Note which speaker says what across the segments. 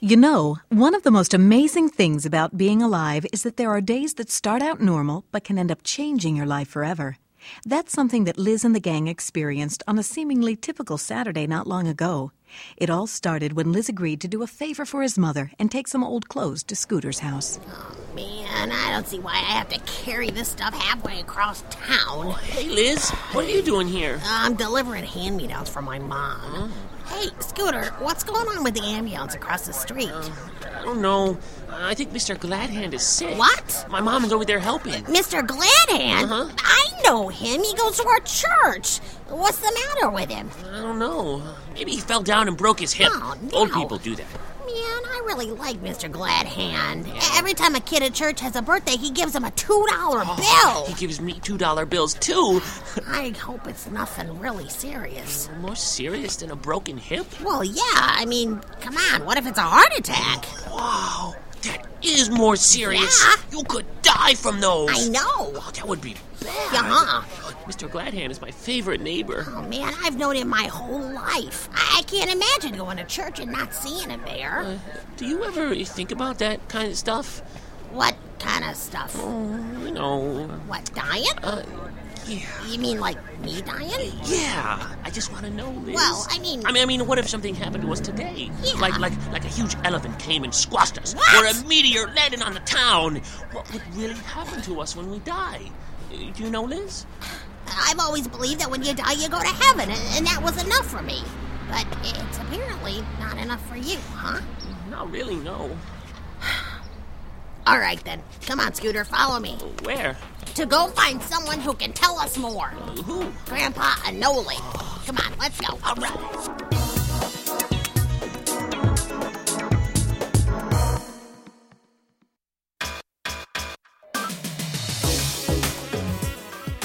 Speaker 1: You know, one of the most amazing things about being alive is that there are days that start out normal but can end up changing your life forever. That's something that Liz and the gang experienced on a seemingly typical Saturday not long ago. It all started when Liz agreed to do a favor for his mother and take some old clothes to Scooter's house.
Speaker 2: Man, I don't see why I have to carry this stuff halfway across town. Uh,
Speaker 3: Hey, Liz, what are you doing here?
Speaker 2: I'm delivering hand me downs for my mom. Hey, Scooter, what's going on with the ambulance across the street?
Speaker 3: I don't know. I think Mr. Gladhand is sick.
Speaker 2: What?
Speaker 3: My mom is over there helping.
Speaker 2: Mr. Gladhand?
Speaker 3: Uh-huh.
Speaker 2: I know him. He goes to our church. What's the matter with him?
Speaker 3: I don't know. Maybe he fell down and broke his hip.
Speaker 2: Oh, no.
Speaker 3: Old people do that.
Speaker 2: Man, I really like Mr. Gladhand. Every time a kid at church has a birthday, he gives him a $2
Speaker 3: He
Speaker 2: bill.
Speaker 3: gives me $2 bills too.
Speaker 2: I hope it's nothing really serious.
Speaker 3: More serious than a broken hip?
Speaker 2: Well, yeah, I mean, come on, what if it's a heart attack?
Speaker 3: Wow, that is more serious.
Speaker 2: Yeah.
Speaker 3: You could die from those.
Speaker 2: I know.
Speaker 3: Oh, that would be bad.
Speaker 2: Yeah.
Speaker 3: Mr. Gladhand is my favorite neighbor.
Speaker 2: Oh, man, I've known him my whole life. I I can't imagine going to church and not seeing him there.
Speaker 3: Uh, Do you ever think about that kind of stuff? Oh,
Speaker 2: What kind of stuff?
Speaker 3: You know, Uh,
Speaker 2: What, dying?
Speaker 3: yeah.
Speaker 2: You mean like me dying?
Speaker 3: Yeah, I just want to know, Liz.
Speaker 2: Well, I mean-
Speaker 3: I mean, I mean, what if something happened to us today?
Speaker 2: Yeah.
Speaker 3: Like, like, like a huge elephant came and squashed us,
Speaker 2: What?
Speaker 3: or a meteor landed on the town. What would really happen to us when we die? Uh, Do you know, Liz?
Speaker 2: I've always believed that when you die, you go to heaven, and, and that was enough for me. But it's apparently not enough for you, huh?
Speaker 3: Not really, no.
Speaker 2: All right, then. Come on, Scooter, follow me.
Speaker 3: Where?
Speaker 2: To go find someone who can tell us more.
Speaker 3: Who?
Speaker 2: Grandpa Anole. Come on, let's go. All right.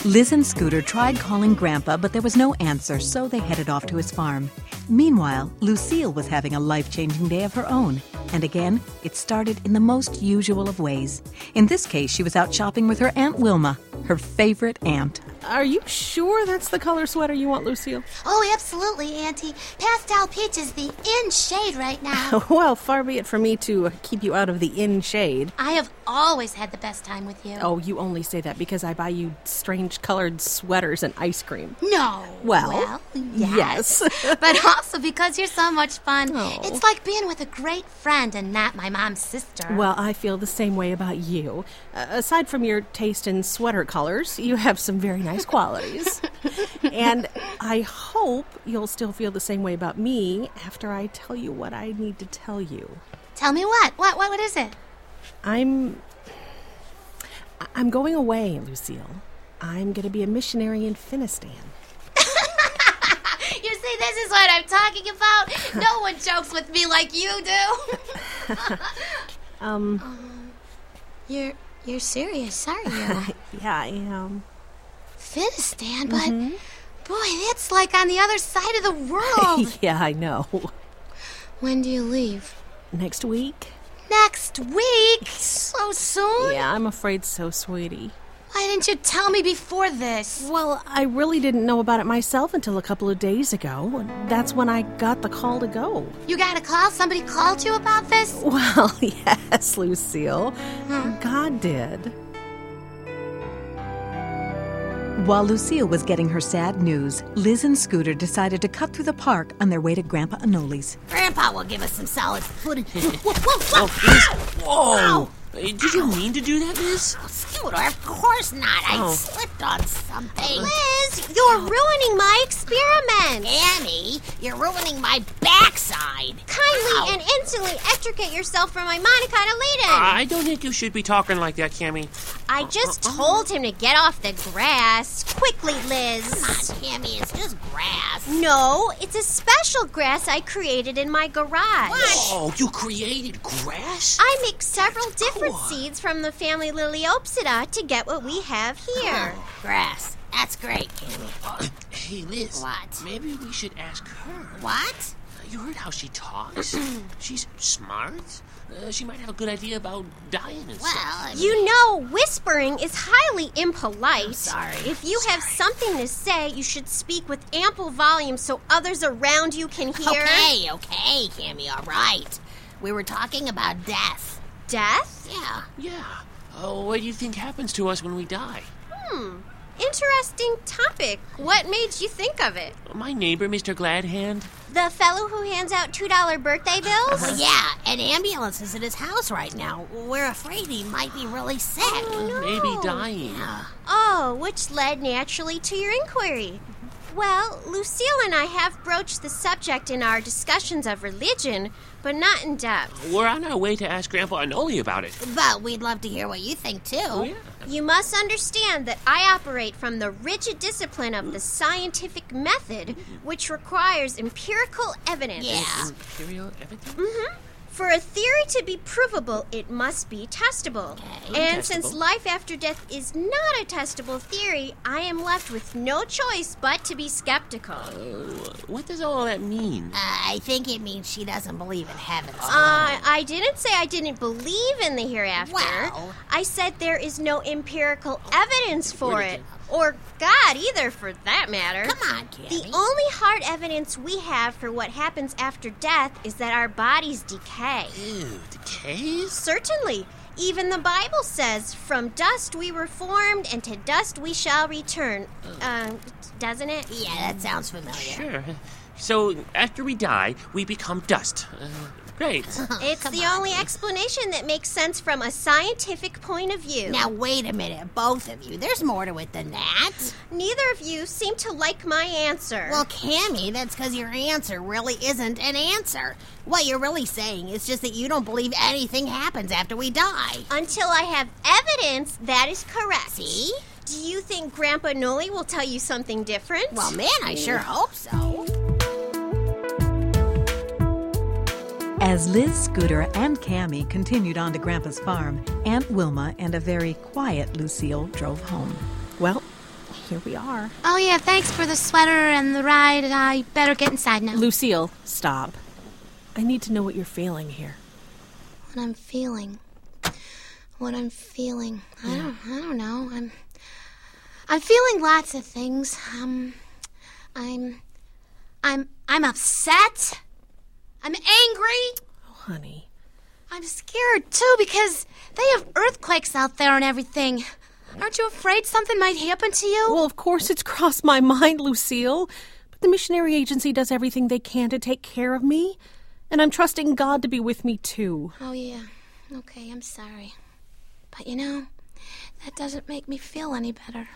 Speaker 1: Liz and Scooter tried calling Grandpa, but there was no answer, so they headed off to his farm. Meanwhile, Lucille was having a life changing day of her own. And again, it started in the most usual of ways. In this case, she was out shopping with her Aunt Wilma, her favorite aunt.
Speaker 4: Are you sure that's the color sweater you want, Lucille?
Speaker 5: Oh, absolutely, Auntie. Pastel Peach is the in shade right now.
Speaker 4: Well, far be it for me to keep you out of the in shade.
Speaker 5: I have always had the best time with you.
Speaker 4: Oh, you only say that because I buy you strange colored sweaters and ice cream.
Speaker 5: No.
Speaker 4: Well,
Speaker 5: yes. but also because you're so much fun.
Speaker 4: Oh.
Speaker 5: It's like being with a great friend and not my mom's sister.
Speaker 4: Well, I feel the same way about you. Uh, aside from your taste in sweater colors, you have some very nice qualities. and I hope you'll still feel the same way about me after I tell you what I need to tell you.
Speaker 5: Tell me what? What what, what is it?
Speaker 4: I'm I- I'm going away, Lucille. I'm going to be a missionary in Finistan.
Speaker 5: You see, this is what I'm talking about. No one jokes with me like you do. Uh,
Speaker 4: Um,
Speaker 5: You're you're serious, are you?
Speaker 4: yeah, I am. Mm-hmm.
Speaker 5: Finistan, but boy, that's like on the other side of the world.
Speaker 4: yeah, I know.
Speaker 5: when do you leave?
Speaker 4: Next week?
Speaker 5: Next week? So soon?
Speaker 4: Yeah, I'm afraid so, sweetie.
Speaker 5: Why didn't you tell me before this?
Speaker 4: Well, I really didn't know about it myself until a couple of days ago. and That's when I got the call to go.
Speaker 5: You got a call? Somebody called you about this?
Speaker 4: Well, yes, Lucille. God did.
Speaker 1: While Lucille was getting her sad news, Liz and Scooter decided to cut through the park on their way to Grandpa Anoli's.
Speaker 2: Grandpa will give us some solid footage. Whoa, whoa,
Speaker 3: Oh,
Speaker 2: whoa!
Speaker 3: Liz.
Speaker 2: Ow!
Speaker 3: Whoa! Uh, Did you mean to do that, Liz?
Speaker 2: Scooter, Oh, of course not. I
Speaker 3: Oh.
Speaker 2: slipped on something.
Speaker 6: Liz, you're ruining my experiment.
Speaker 2: Annie, you're ruining my backside.
Speaker 6: Kindly
Speaker 2: Ow.
Speaker 6: and instantly extricate yourself from my monocotyledon.
Speaker 3: I Uh-uh. don't think you should be talking like that, Cammy.
Speaker 6: I just told him to get off the grass. Quickly, Liz.
Speaker 2: Cammy, it's just grass.
Speaker 6: No, it's a special grass I created in my garage.
Speaker 3: Oh, you created grass?
Speaker 6: I mix several different
Speaker 3: cool.
Speaker 6: seeds from the family Liliopsida to get what we have here.
Speaker 2: Grass. That's great, Cammy.
Speaker 3: Hey, Liz.
Speaker 2: What?
Speaker 3: Maybe we should ask her. Uh,
Speaker 2: What?
Speaker 3: You heard how she talks? She's smart. Uh, she might have a good idea about dying and
Speaker 2: Well,
Speaker 3: stuff.
Speaker 2: I mean,
Speaker 6: You know, whispering is highly impolite.
Speaker 2: sorry.
Speaker 6: If you have something to say, you should speak with ample volume so others around you can hear.
Speaker 2: Okay, okay, Cammy, all right. We were talking about death.
Speaker 6: Death?
Speaker 2: Yeah.
Speaker 3: Yeah. Oh, what do you think happens to us when we die?
Speaker 6: Hmm. Interesting topic. What made you think of it?
Speaker 3: My neighbor, Mr. Gladhand.
Speaker 6: The fellow who hands out $2 birthday bills?
Speaker 2: Well, Uh-huh. yeah, an ambulance is at his house right now. We're afraid he might be really sick.
Speaker 3: Maybe dying.
Speaker 6: Oh, which led naturally to your inquiry. Well, Lucille and I have broached the subject in our discussions of religion, but not in depth.
Speaker 3: We're on our way to ask Grandpa Anoli about it.
Speaker 2: But we'd love to hear what you think, too.
Speaker 6: You must understand that I operate from the rigid discipline of the scientific method, which requires empirical evidence.
Speaker 2: Yeah.
Speaker 3: Imperial everything?
Speaker 6: Mm-hmm. For a theory to be provable, it must be testable. And since
Speaker 3: Testable.
Speaker 6: life after death is not a testable theory, I am left with no choice but to be skeptical.
Speaker 3: Oh, What does all that mean?
Speaker 2: Uh, I think it means she doesn't believe in heaven. so-
Speaker 6: Uh, I didn't say I didn't believe in the hereafter.
Speaker 2: Well-
Speaker 6: I said there is no empirical evidence for it, or God either, for that matter.
Speaker 2: Come on,
Speaker 6: The
Speaker 2: Cammy.
Speaker 6: only hard evidence we have for what happens after death is that our bodies decay.
Speaker 3: Ew, decays?
Speaker 6: Certainly. Even the Bible says, from dust we were formed, and to dust we shall return. Um, doesn't it?
Speaker 2: yeah, that sounds familiar.
Speaker 3: Sure. So, after we die, we become dust. Uh, great.
Speaker 6: It's the only explanation that makes sense from a scientific point of view.
Speaker 2: Now, wait a minute, both of you. There's more to it than that.
Speaker 6: Neither of you seem to like my answer.
Speaker 2: Well, Cammy, that's because your answer really isn't an answer. What you're really saying is just that you don't believe anything happens after we die.
Speaker 6: until I have evidence, that is correct.
Speaker 2: See?
Speaker 6: Do you think Grandpa Noli will tell you something different?
Speaker 2: Well, man, I sure hope so.
Speaker 1: As Liz, Scooter, and Cammy continued on to Grandpa's farm, Aunt Wilma and a very quiet Lucille drove home.
Speaker 4: Well, here we are.
Speaker 6: oh yeah, thanks for the sweater and the ride.
Speaker 5: Uh,
Speaker 6: I better get inside now.
Speaker 4: Lucille, stop. I need to know what you're feeling here.
Speaker 6: what I'm feeling. What I'm feeling. I don't I don't know. I'm I'm feeling lots of things. Um I'm I'm I'm upset. I'm angry.
Speaker 4: Honey,
Speaker 6: I'm scared too because they have earthquakes out there and everything. Aren't you afraid something might happen to you?
Speaker 4: Well, of course, it's crossed my mind, Lucille. But the missionary agency does everything they can to take care of me, and I'm trusting God to be with me too.
Speaker 6: oh yeah. Okay, I'm sorry. But you know, that doesn't make me feel any better.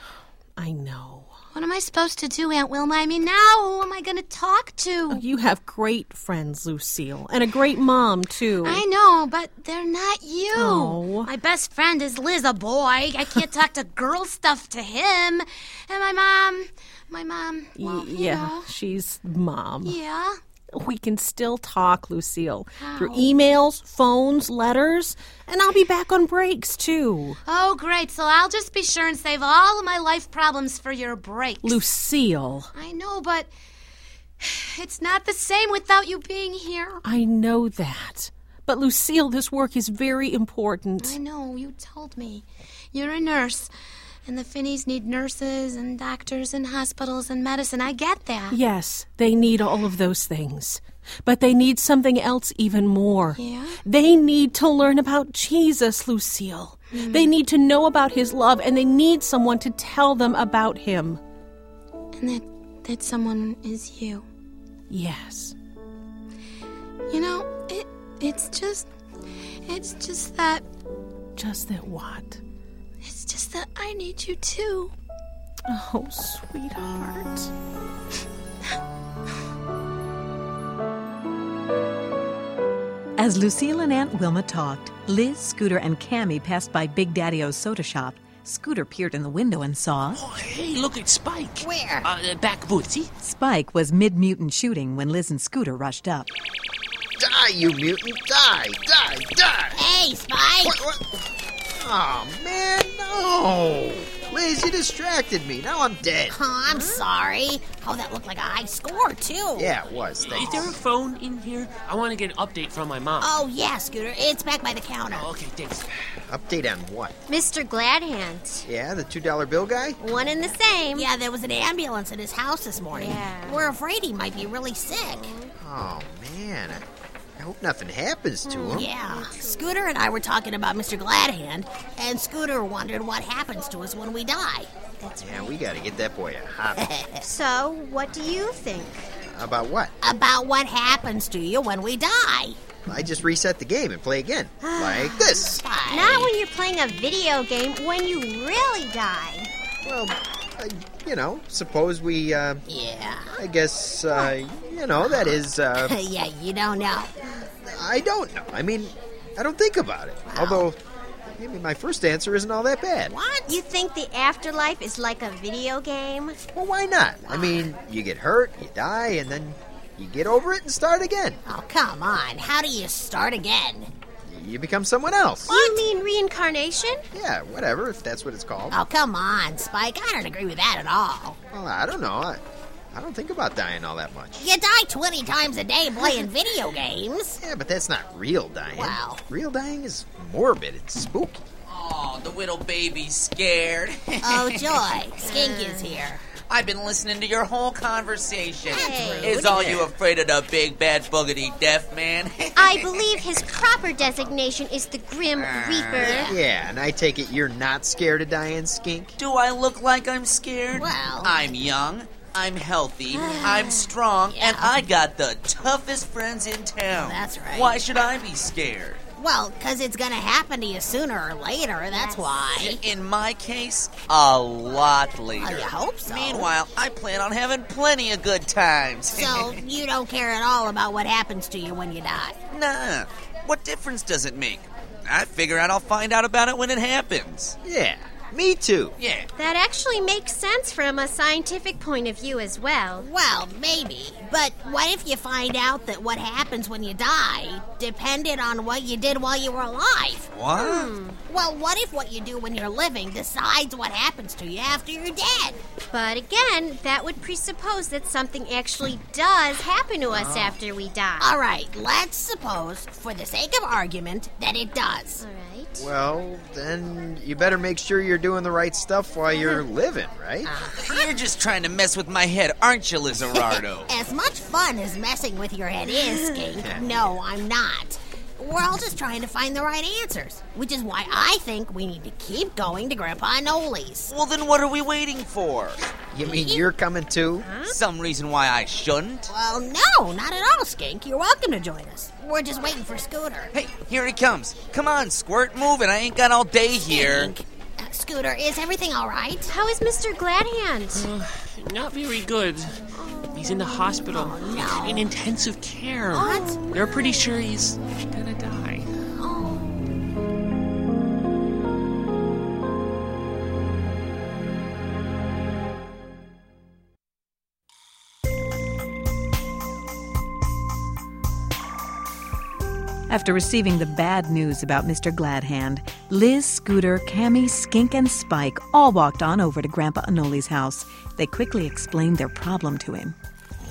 Speaker 4: I know.
Speaker 6: What am I supposed to do, Aunt Wilma? I mean, now who am I going to talk to?
Speaker 4: Oh, You have great friends, Lucille, and a great mom too.
Speaker 6: I know, but they're not you.
Speaker 4: Oh.
Speaker 6: My best friend is Liz, a boy. I can't talk to girl stuff to him. And my mom, my mom. Well, you
Speaker 4: yeah,
Speaker 6: know.
Speaker 4: she's mom.
Speaker 6: yeah.
Speaker 4: We can still talk, Lucille, through emails, phones, letters, and I'll be back on breaks too.
Speaker 6: Oh, great. So I'll just be sure and save all of my life problems for your breaks.
Speaker 4: Lucille,
Speaker 6: I know, but it's not the same without you being here.
Speaker 4: I know that. But Lucille, this work is very important.
Speaker 6: I know, you told me. You're a nurse, and the Finneys need nurses and doctors and hospitals and medicine. I get that.
Speaker 4: Yes, they need all of those things. But they need something else even more.
Speaker 6: Yeah?
Speaker 4: They need to learn about Jesus, Lucille.
Speaker 5: Mm.
Speaker 4: They need to know about his love and they need someone to tell them about him.
Speaker 5: And that that someone is you.
Speaker 4: Yes.
Speaker 5: You know, it it's just it's just that
Speaker 4: Just that what?
Speaker 5: it's just that I need you too.
Speaker 4: Oh, sweetheart.
Speaker 1: As Lucille and Aunt Wilma talked, Liz, Scooter, and Cammy passed by Big Daddy O's soda shop. Scooter peered in the window and saw
Speaker 3: Oh, hey, look, it's Spike.
Speaker 2: Where?
Speaker 3: Uh, uh, back booth, see?
Speaker 1: Spike was mid mutant shooting when Liz and Scooter rushed up.
Speaker 7: Die, you mutant! Die, die, die!
Speaker 2: Hey, Spike!
Speaker 7: What? What? Oh man, no! Liz, you distracted me. Now I'm dead.
Speaker 2: Oh, I'm sorry. Oh, that looked like a high score, too.
Speaker 7: Yeah, it was.
Speaker 3: Is
Speaker 7: Thanks.
Speaker 3: there a phone in here? I want to get an update from my mom.
Speaker 2: Oh, yeah, Scooter. It's back by the counter.
Speaker 3: Oh, okay, thanks.
Speaker 7: Update on what?
Speaker 6: Mr. Gladhand.
Speaker 7: Yeah, the two dollar bill guy.
Speaker 6: One and the same.
Speaker 2: Yeah, there was an ambulance at his house this morning.
Speaker 6: Yeah.
Speaker 2: We're afraid he might be really sick.
Speaker 7: Oh man, I, I hope nothing happens to him.
Speaker 2: Mm, Yeah. Scooter and I were talking about Mr. Gladhand, and Scooter wondered what happens to us when we die.
Speaker 7: Yeah, we gotta get that boy a hobby.
Speaker 6: So, what do you think?
Speaker 7: About what?
Speaker 2: About what happens to you when we die.
Speaker 7: I just reset the game and play again, like this.
Speaker 2: Spike.
Speaker 6: Not when you're playing a video game, when you really die.
Speaker 7: Well, I, you know, suppose we. Uh,
Speaker 2: Yeah.
Speaker 7: I guess uh, you know that is. Uh,
Speaker 2: yeah, you don't know.
Speaker 7: I don't know. I mean, I don't think about it. Although, maybe my first answer isn't all that bad.
Speaker 2: What?
Speaker 6: You think the afterlife is like a video game?
Speaker 7: Well, why not? I mean, you get hurt, you die, and then you get over it and start again.
Speaker 2: Oh, come on. How do you start again?
Speaker 7: You become someone else.
Speaker 6: You mean reincarnation?
Speaker 7: Yeah, whatever, if that's what it's called.
Speaker 2: Oh, come on, Spike. I don't agree with that at all.
Speaker 7: Well, I don't know. I, I don't think about dying all that much.
Speaker 2: You die 20 times a day playing video games.
Speaker 7: Yeah, but that's not real dying.
Speaker 2: Wow.
Speaker 7: Real dying is morbid. It's spooky.
Speaker 8: Aw, the little baby's scared.
Speaker 2: Oh, joy. Skink is here.
Speaker 8: I've been listening to your whole conversation.
Speaker 6: Hey.
Speaker 8: Is all you afraid of the big bad boogity deaf man?
Speaker 6: I believe his proper designation is the Grim
Speaker 2: Uh,
Speaker 6: Reaper.
Speaker 7: Uh, Yeah, and I take it you're not scared of dying, skink?
Speaker 8: Do I look like I'm scared?
Speaker 2: Well-
Speaker 8: I'm young. I'm healthy, I'm strong, and I got the toughest friends in town.
Speaker 2: That's right.
Speaker 8: Why should I be scared?
Speaker 2: Well, 'cause it's gonna happen to you sooner or later, that's why.
Speaker 8: In my case, a lot later.
Speaker 2: Well, you hope so.
Speaker 8: Meanwhile, I plan on having plenty of good times.
Speaker 2: So, you don't care at all about what happens to you when you die.
Speaker 8: nah, what difference does it make? I figure out I'll find out about it when it happens.
Speaker 7: Yeah, me too.
Speaker 8: Yeah.
Speaker 6: That actually makes sense from a scientific point of view as well.
Speaker 2: Well, maybe. But what if you find out that what happens when you die depended on what you did while you were alive? Hmm.
Speaker 8: What?
Speaker 3: Hmm,
Speaker 2: Well, what if what you do when you're living decides what happens to you after you're dead?
Speaker 6: But again, that would presuppose that something actually does happen to us after we die.
Speaker 2: Ah. All right, let's suppose, for the sake of argument, that it does.
Speaker 6: All right.
Speaker 7: Well, then you better make sure you're doing the right stuff while you're living, right?
Speaker 2: Ah.
Speaker 8: You're just trying to mess with my head, aren't you, Lizardo?
Speaker 2: As much fun as messing with your head is, Skink, no, I'm not. We're all just trying to find the right answers, which is why I think we need to keep going to Grandpa Noli's.
Speaker 8: well, then what are we waiting for?
Speaker 7: You mean you're coming too?
Speaker 8: Some reason why I shouldn't?
Speaker 2: Well, no, not at all, Skink. You're welcome to join us. We're just waiting for Scooter.
Speaker 8: Hey, here he comes. Come on, Squirt, move it. I ain't got all day here.
Speaker 2: Skink. Uh, Scooter, is everything all right?
Speaker 6: How is Mr. Gladhand?
Speaker 3: Not very good. He's in the hospital.
Speaker 2: Oh, no.
Speaker 3: In intensive care.
Speaker 2: What?
Speaker 3: They're pretty sure he's gonna die.
Speaker 1: After receiving the bad news about Mr. Gladhand, Liz, Scooter, Cammy, Skink, and Spike all walked on over to Grandpa Anoli's house. They quickly explained their problem to him.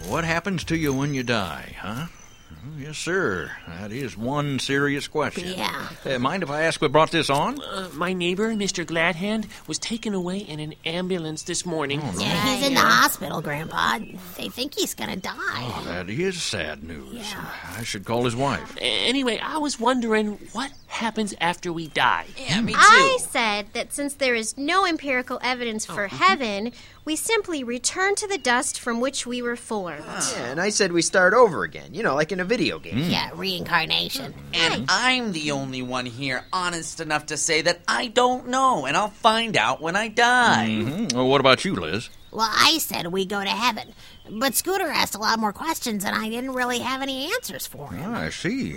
Speaker 9: What happens to you when you die, huh? Oh, Yes, sir. That is one serious question.
Speaker 2: Yeah.
Speaker 9: Uh, mind if I ask what brought this on?
Speaker 3: Uh, my neighbor, Mr. Gladhand, was taken away in an ambulance this morning.
Speaker 2: Yeah, he's in the hospital, Grandpa. They think he's gonna die.
Speaker 3: Oh.
Speaker 9: Oh, That is sad news. I should call his wife.
Speaker 3: Anyway, I was wondering what happens after we die.
Speaker 6: Yeah, me I said that since there is no empirical evidence
Speaker 2: Oh,
Speaker 6: for
Speaker 2: mm-hmm.
Speaker 6: heaven, we simply return to the dust from which we were formed.
Speaker 2: Ah.
Speaker 7: Yeah, and I said we start over again, you know, like in a video game.
Speaker 9: Hmm.
Speaker 2: Yeah, reincarnation.
Speaker 8: And I'm the only one here honest enough to say that I don't know, and I'll find out when I die.
Speaker 9: Mhm. Well, what about you, Liz?
Speaker 2: Well, I said we go to heaven. But Scooter asked a lot more questions, and I didn't really have any answers for him.
Speaker 9: I see.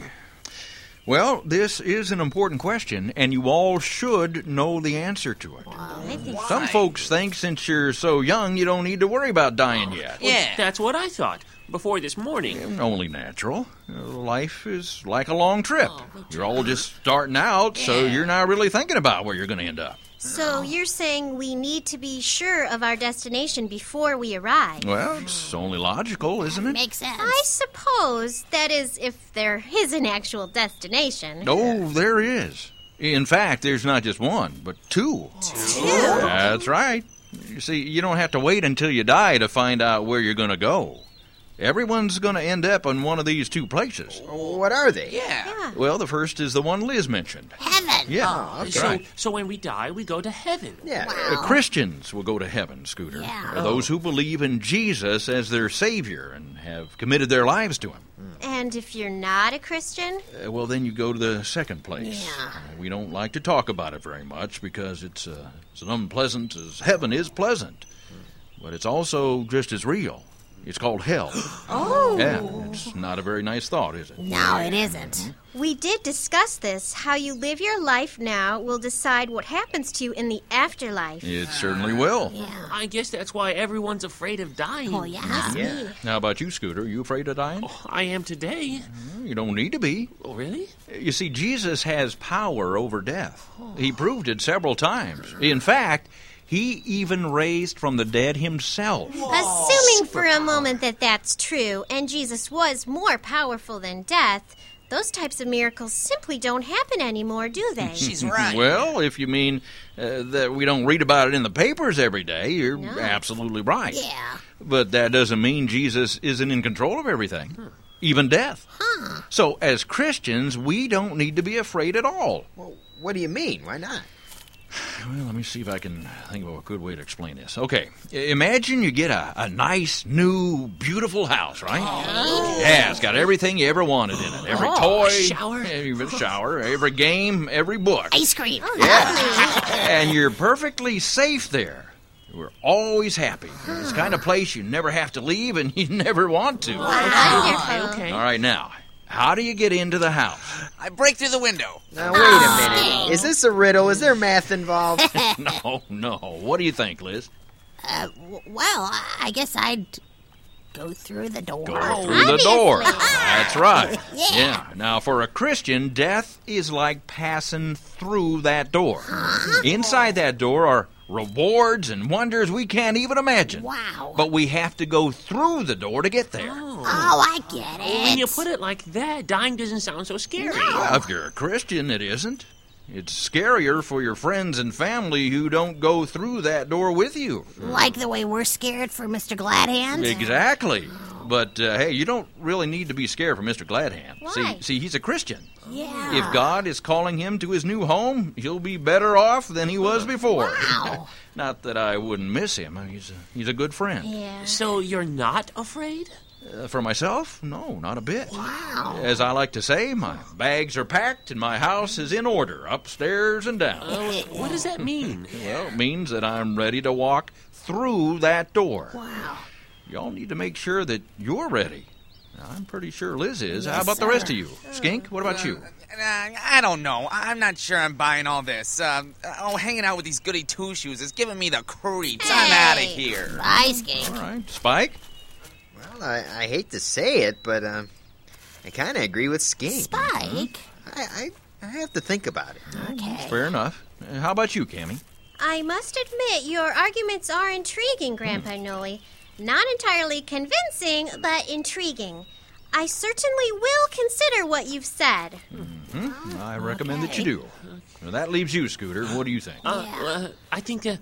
Speaker 9: Well, this is an important question, and you all should know the answer to it.
Speaker 6: I think
Speaker 9: Some folks think since you're so young, you don't need to worry about dying yet.
Speaker 3: Well, That's what I thought before this morning.
Speaker 9: Only natural. Uh, Life is like a long trip. you're all just starting out, so you're not really thinking about where you're going to end up.
Speaker 6: So you're saying we need to be sure of our destination before we arrive?
Speaker 9: Well, it's only logical, isn't it?
Speaker 2: Makes sense.
Speaker 6: I suppose that is if there is an actual destination.
Speaker 9: Oh, there is. In fact, there's not just one, but two. Two? That's right. You see, you don't have to wait until you die to find out where you're going to go. Everyone's going to end up in one of these two places.
Speaker 7: What are they?
Speaker 8: Yeah.
Speaker 9: Well, the first is the one Liz mentioned.
Speaker 2: Heaven.
Speaker 9: Yeah, that's
Speaker 3: Oh, So,
Speaker 9: right.
Speaker 3: so when we die, we go to heaven.
Speaker 7: Yeah.
Speaker 9: Uh, Christians will go to heaven, Scooter.
Speaker 2: Oh. Yeah.
Speaker 9: Uh, Those who believe in Jesus as their Savior and have committed their lives to Him.
Speaker 6: And if you're not a Christian?
Speaker 9: Uh, well, then you go to the second place.
Speaker 2: Yeah.
Speaker 9: Uh, we don't like to talk about it very much because it's uh, as unpleasant as heaven is pleasant, but it's also just as real. It's called hell. oh. Yeah, it's not a very nice thought, is it?
Speaker 2: No, it isn't.
Speaker 6: We did discuss this. How you live your life now will decide what happens to you in the afterlife.
Speaker 9: It certainly will.
Speaker 3: I guess that's why everyone's afraid of dying.
Speaker 2: Well, yeah.
Speaker 7: Yeah.
Speaker 9: How about you, Scooter? Are you afraid of dying?
Speaker 3: Oh,
Speaker 9: Mm-hmm.
Speaker 3: I am today.
Speaker 9: You don't need to be.
Speaker 3: Oh, really?
Speaker 9: You see, Jesus has power over death.
Speaker 3: Oh.
Speaker 9: He proved it several times. In fact, he even raised from the dead himself.
Speaker 6: Assuming for a moment that that's true, and Jesus was more powerful than death, those types of miracles simply don't happen anymore, do they?
Speaker 8: She's right.
Speaker 9: Well, if you mean uh, that we don't read about it in the papers every day, you're absolutely right.
Speaker 2: Yeah.
Speaker 9: But that doesn't mean Jesus isn't in control of everything, even death. So, as Christians, we don't need to be afraid at all.
Speaker 7: Well, what do you mean? Why not?
Speaker 9: Well, let me see if I can think of a good way to explain this. Okay, I- imagine you get a, a nice, new, beautiful house, right?
Speaker 2: Oh.
Speaker 9: Yeah, it's got everything you ever wanted in it. Every toy,
Speaker 3: shower.
Speaker 9: every shower, every game, every book.
Speaker 2: Ice cream.
Speaker 9: and you're perfectly safe there. We're always happy. It's the kind of place you never have to leave and you never want to.
Speaker 6: Wonderful.
Speaker 3: Okay.
Speaker 9: All right, now, how do you get into the house?
Speaker 8: I break through the window.
Speaker 7: Now, wait a minute. Is this a riddle? Is there math involved?
Speaker 9: No, no. What do you think, Liz?
Speaker 2: Uh, w- well, I- I guess I'd go through the door.
Speaker 9: Go through the door. That's right.
Speaker 2: Yeah.
Speaker 9: Now, for a Christian, death is like passing through that door.
Speaker 2: Uh-huh.
Speaker 9: Inside that door are rewards and wonders we can't even imagine.
Speaker 2: Wow.
Speaker 9: But we have to go through the door to get there.
Speaker 2: Oh, I get it.
Speaker 3: When you put it like that, dying doesn't sound so scary.
Speaker 9: Well, if you're a Christian, it isn't. It's scarier for your friends and family who don't go through that door with you.
Speaker 2: Like the way we're scared for Mr. Gladhand?
Speaker 9: Exactly. But uh, hey, you don't really need to be scared for Mr. Gladhand. See, see, he's a Christian.
Speaker 2: Yeah.
Speaker 9: If God is calling him to his new home, he'll be better off than he was before.
Speaker 2: Wow.
Speaker 9: Not that I wouldn't miss him. He's a, he's a good friend.
Speaker 6: Yeah.
Speaker 3: So you're not afraid?
Speaker 9: Uh, for myself, no, not a bit. Wow. As I like to say, my bags are packed and my house is in order, upstairs and down.
Speaker 3: Oh, What does that mean?
Speaker 9: Well, it means that I'm ready to walk through that door. Wow. Y'all need to make sure that you're ready. I'm pretty sure Liz is. How about the rest of you? Skink, what about you?
Speaker 8: Uh, I don't know. I- I'm not sure I'm buying all this. Um, oh, hanging out with these goody two shoes is giving me the creeps. I'm out of here.
Speaker 2: Ice game.
Speaker 9: All right. Spike?
Speaker 7: Well, I, I hate to say it, but um, I kind of agree with Skink.
Speaker 2: Spike.
Speaker 7: I, I, I have to think about it.
Speaker 2: Okay.
Speaker 9: Fair enough. Uh, How about you, Cammy?
Speaker 6: I must admit, your arguments are intriguing, Grandpa Noe. Not entirely convincing, but intriguing. I certainly will consider what you've said.
Speaker 9: Mm-hmm. I recommend that you do. Well, that leaves you, Scooter. What do you think?
Speaker 3: Uh, uh, I think. Uh,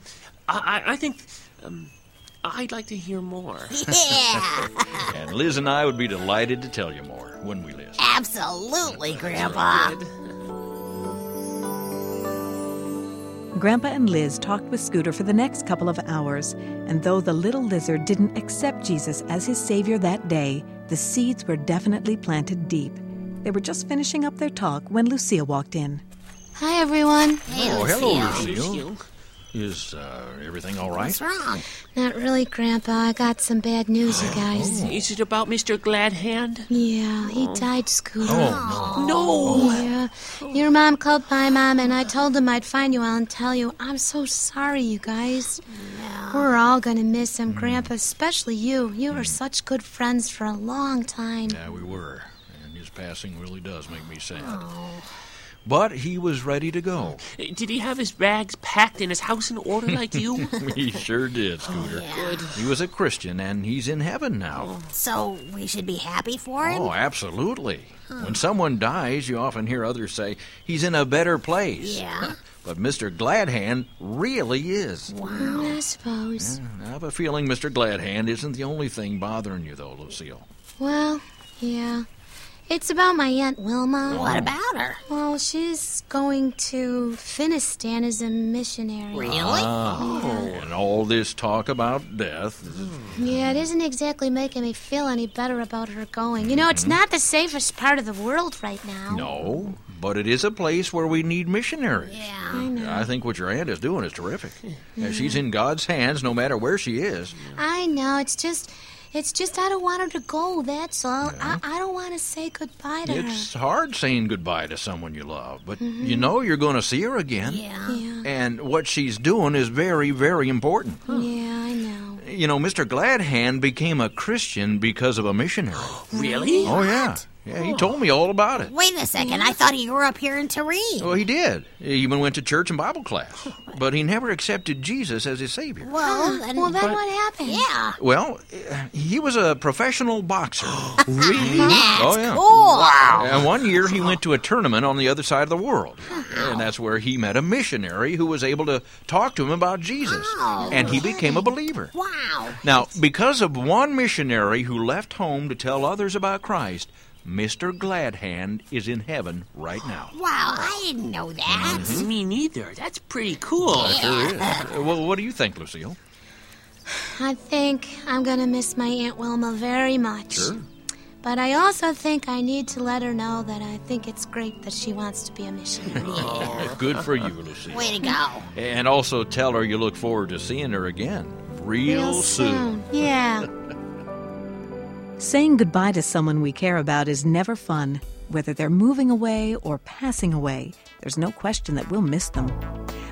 Speaker 3: I, I I think. Um, I'd like to hear more.
Speaker 2: Yeah.
Speaker 9: and Liz and I would be delighted to tell you more, wouldn't we, Liz?
Speaker 2: Absolutely, Grandpa.
Speaker 3: Good.
Speaker 1: Grandpa and Liz talked with Scooter for the next couple of hours, and though the little lizard didn't accept Jesus as his savior that day, the seeds were definitely planted deep. They were just finishing up their talk when Lucia walked in.
Speaker 5: Hi, everyone.
Speaker 9: oh, hello, Lucille. Is uh, everything all right?
Speaker 5: wrong? Not really, Grandpa. I got some bad news, you
Speaker 9: Oh.
Speaker 5: guys.
Speaker 3: Is it about Mr. Gladhand?
Speaker 5: Yeah, he
Speaker 4: Oh.
Speaker 5: died, Scooter.
Speaker 9: Oh.
Speaker 5: Oh,
Speaker 3: no. No.
Speaker 5: Yeah. Your mom called my mom, and I told him I'd find you all and tell you. I'm so sorry, you guys. We're all gonna miss him, Grandpa, especially you. You were such good friends for a long time.
Speaker 9: Yeah, we were. And his passing really does make me sad.
Speaker 2: Oh.
Speaker 9: But he was ready to go.
Speaker 3: Did he have his bags packed and his house in order like you?
Speaker 9: he sure
Speaker 2: Oh,
Speaker 9: did, Scooter. He was a Christian, and he's in heaven now.
Speaker 2: Oh. So we should be happy for him?
Speaker 9: Oh, absolutely. When someone dies, you often hear others say, he's in a better place.
Speaker 2: Yeah.
Speaker 9: But Mr. Gladhand really is.
Speaker 5: Mm, I suppose.
Speaker 9: I have a feeling Mr. Gladhand isn't the only thing bothering you, though, Lucille.
Speaker 5: Well, yeah. It's about my Aunt Wilma.
Speaker 2: What about her?
Speaker 5: Well, she's going to Finistan as a missionary.
Speaker 2: Really?
Speaker 9: Ah.
Speaker 2: Oh.
Speaker 9: And all this talk about death. this is-
Speaker 5: Yeah, it isn't exactly making me feel any better about her going. You know, it's not the safest part of the world right now.
Speaker 9: Mm-hmm. No, but it is a place where we need missionaries.
Speaker 2: Oh. Yeah.
Speaker 9: I think what your aunt is doing is terrific. Uh, She's in God's hands no matter where she is.
Speaker 5: I know. It's just, it's just I don't want her to go. That's all. I, I don't want to say goodbye to
Speaker 9: It's hard saying goodbye to someone you love, but you know you're going to see her again.
Speaker 5: her.
Speaker 2: Yeah.
Speaker 5: Mm-hmm. Yeah.
Speaker 9: And what she's doing is very, very important.
Speaker 5: Yeah, I know.
Speaker 9: You know, Mr. Gladhand became a Christian because of a missionary.
Speaker 3: really?
Speaker 9: Oh, yeah. Yeah, he told me all about it.
Speaker 2: Wait a second. I thought you were up here in Turin.
Speaker 9: Well, he did. He even went to church and Bible class. But he never accepted Jesus as his Savior.
Speaker 2: Well, then,
Speaker 5: Well, then what happened?
Speaker 2: yeah.
Speaker 9: Well, uh, he was a professional boxer. really? oh, yeah.
Speaker 2: Cool.
Speaker 9: And one year he went to a tournament on the other side of the world. And that's where he met a missionary who was able to talk to him about Jesus.
Speaker 2: Wow.
Speaker 9: And he became a believer.
Speaker 2: Oh. Wow.
Speaker 9: Now, because of one missionary who left home to tell others about Christ, Mr. Gladhand is in heaven right now.
Speaker 2: Wow. I didn't know that.
Speaker 3: Me neither. That's pretty cool.
Speaker 9: Sure is. Uh, Well, what do you think, Lucille?
Speaker 5: I think I'm gonna miss my Aunt Wilma very much. But I also think I need to let her know that I think it's great that she wants to be a missionary.
Speaker 2: Oh.
Speaker 9: Good for you, Lucille.
Speaker 2: Way to go.
Speaker 9: And also tell her you look forward to seeing her again real,
Speaker 5: Hmm.
Speaker 9: soon.
Speaker 5: Yeah.
Speaker 1: Saying goodbye to someone we care about is never fun. Whether they're moving away or passing away, there's no question that we'll miss them.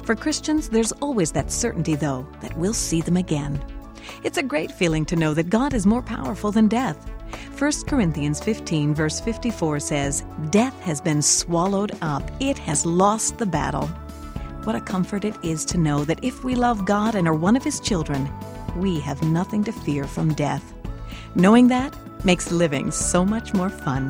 Speaker 1: For Christians, there's always that certainty, though, that we'll see them again. It's a great feeling to know that God is more powerful than death. 1 Corinthians 15, verse 54 says, Death has been swallowed up, it has lost the battle. What a comfort it is to know that if we love God and are one of His children, we have nothing to fear from death. Knowing that makes living so much more fun.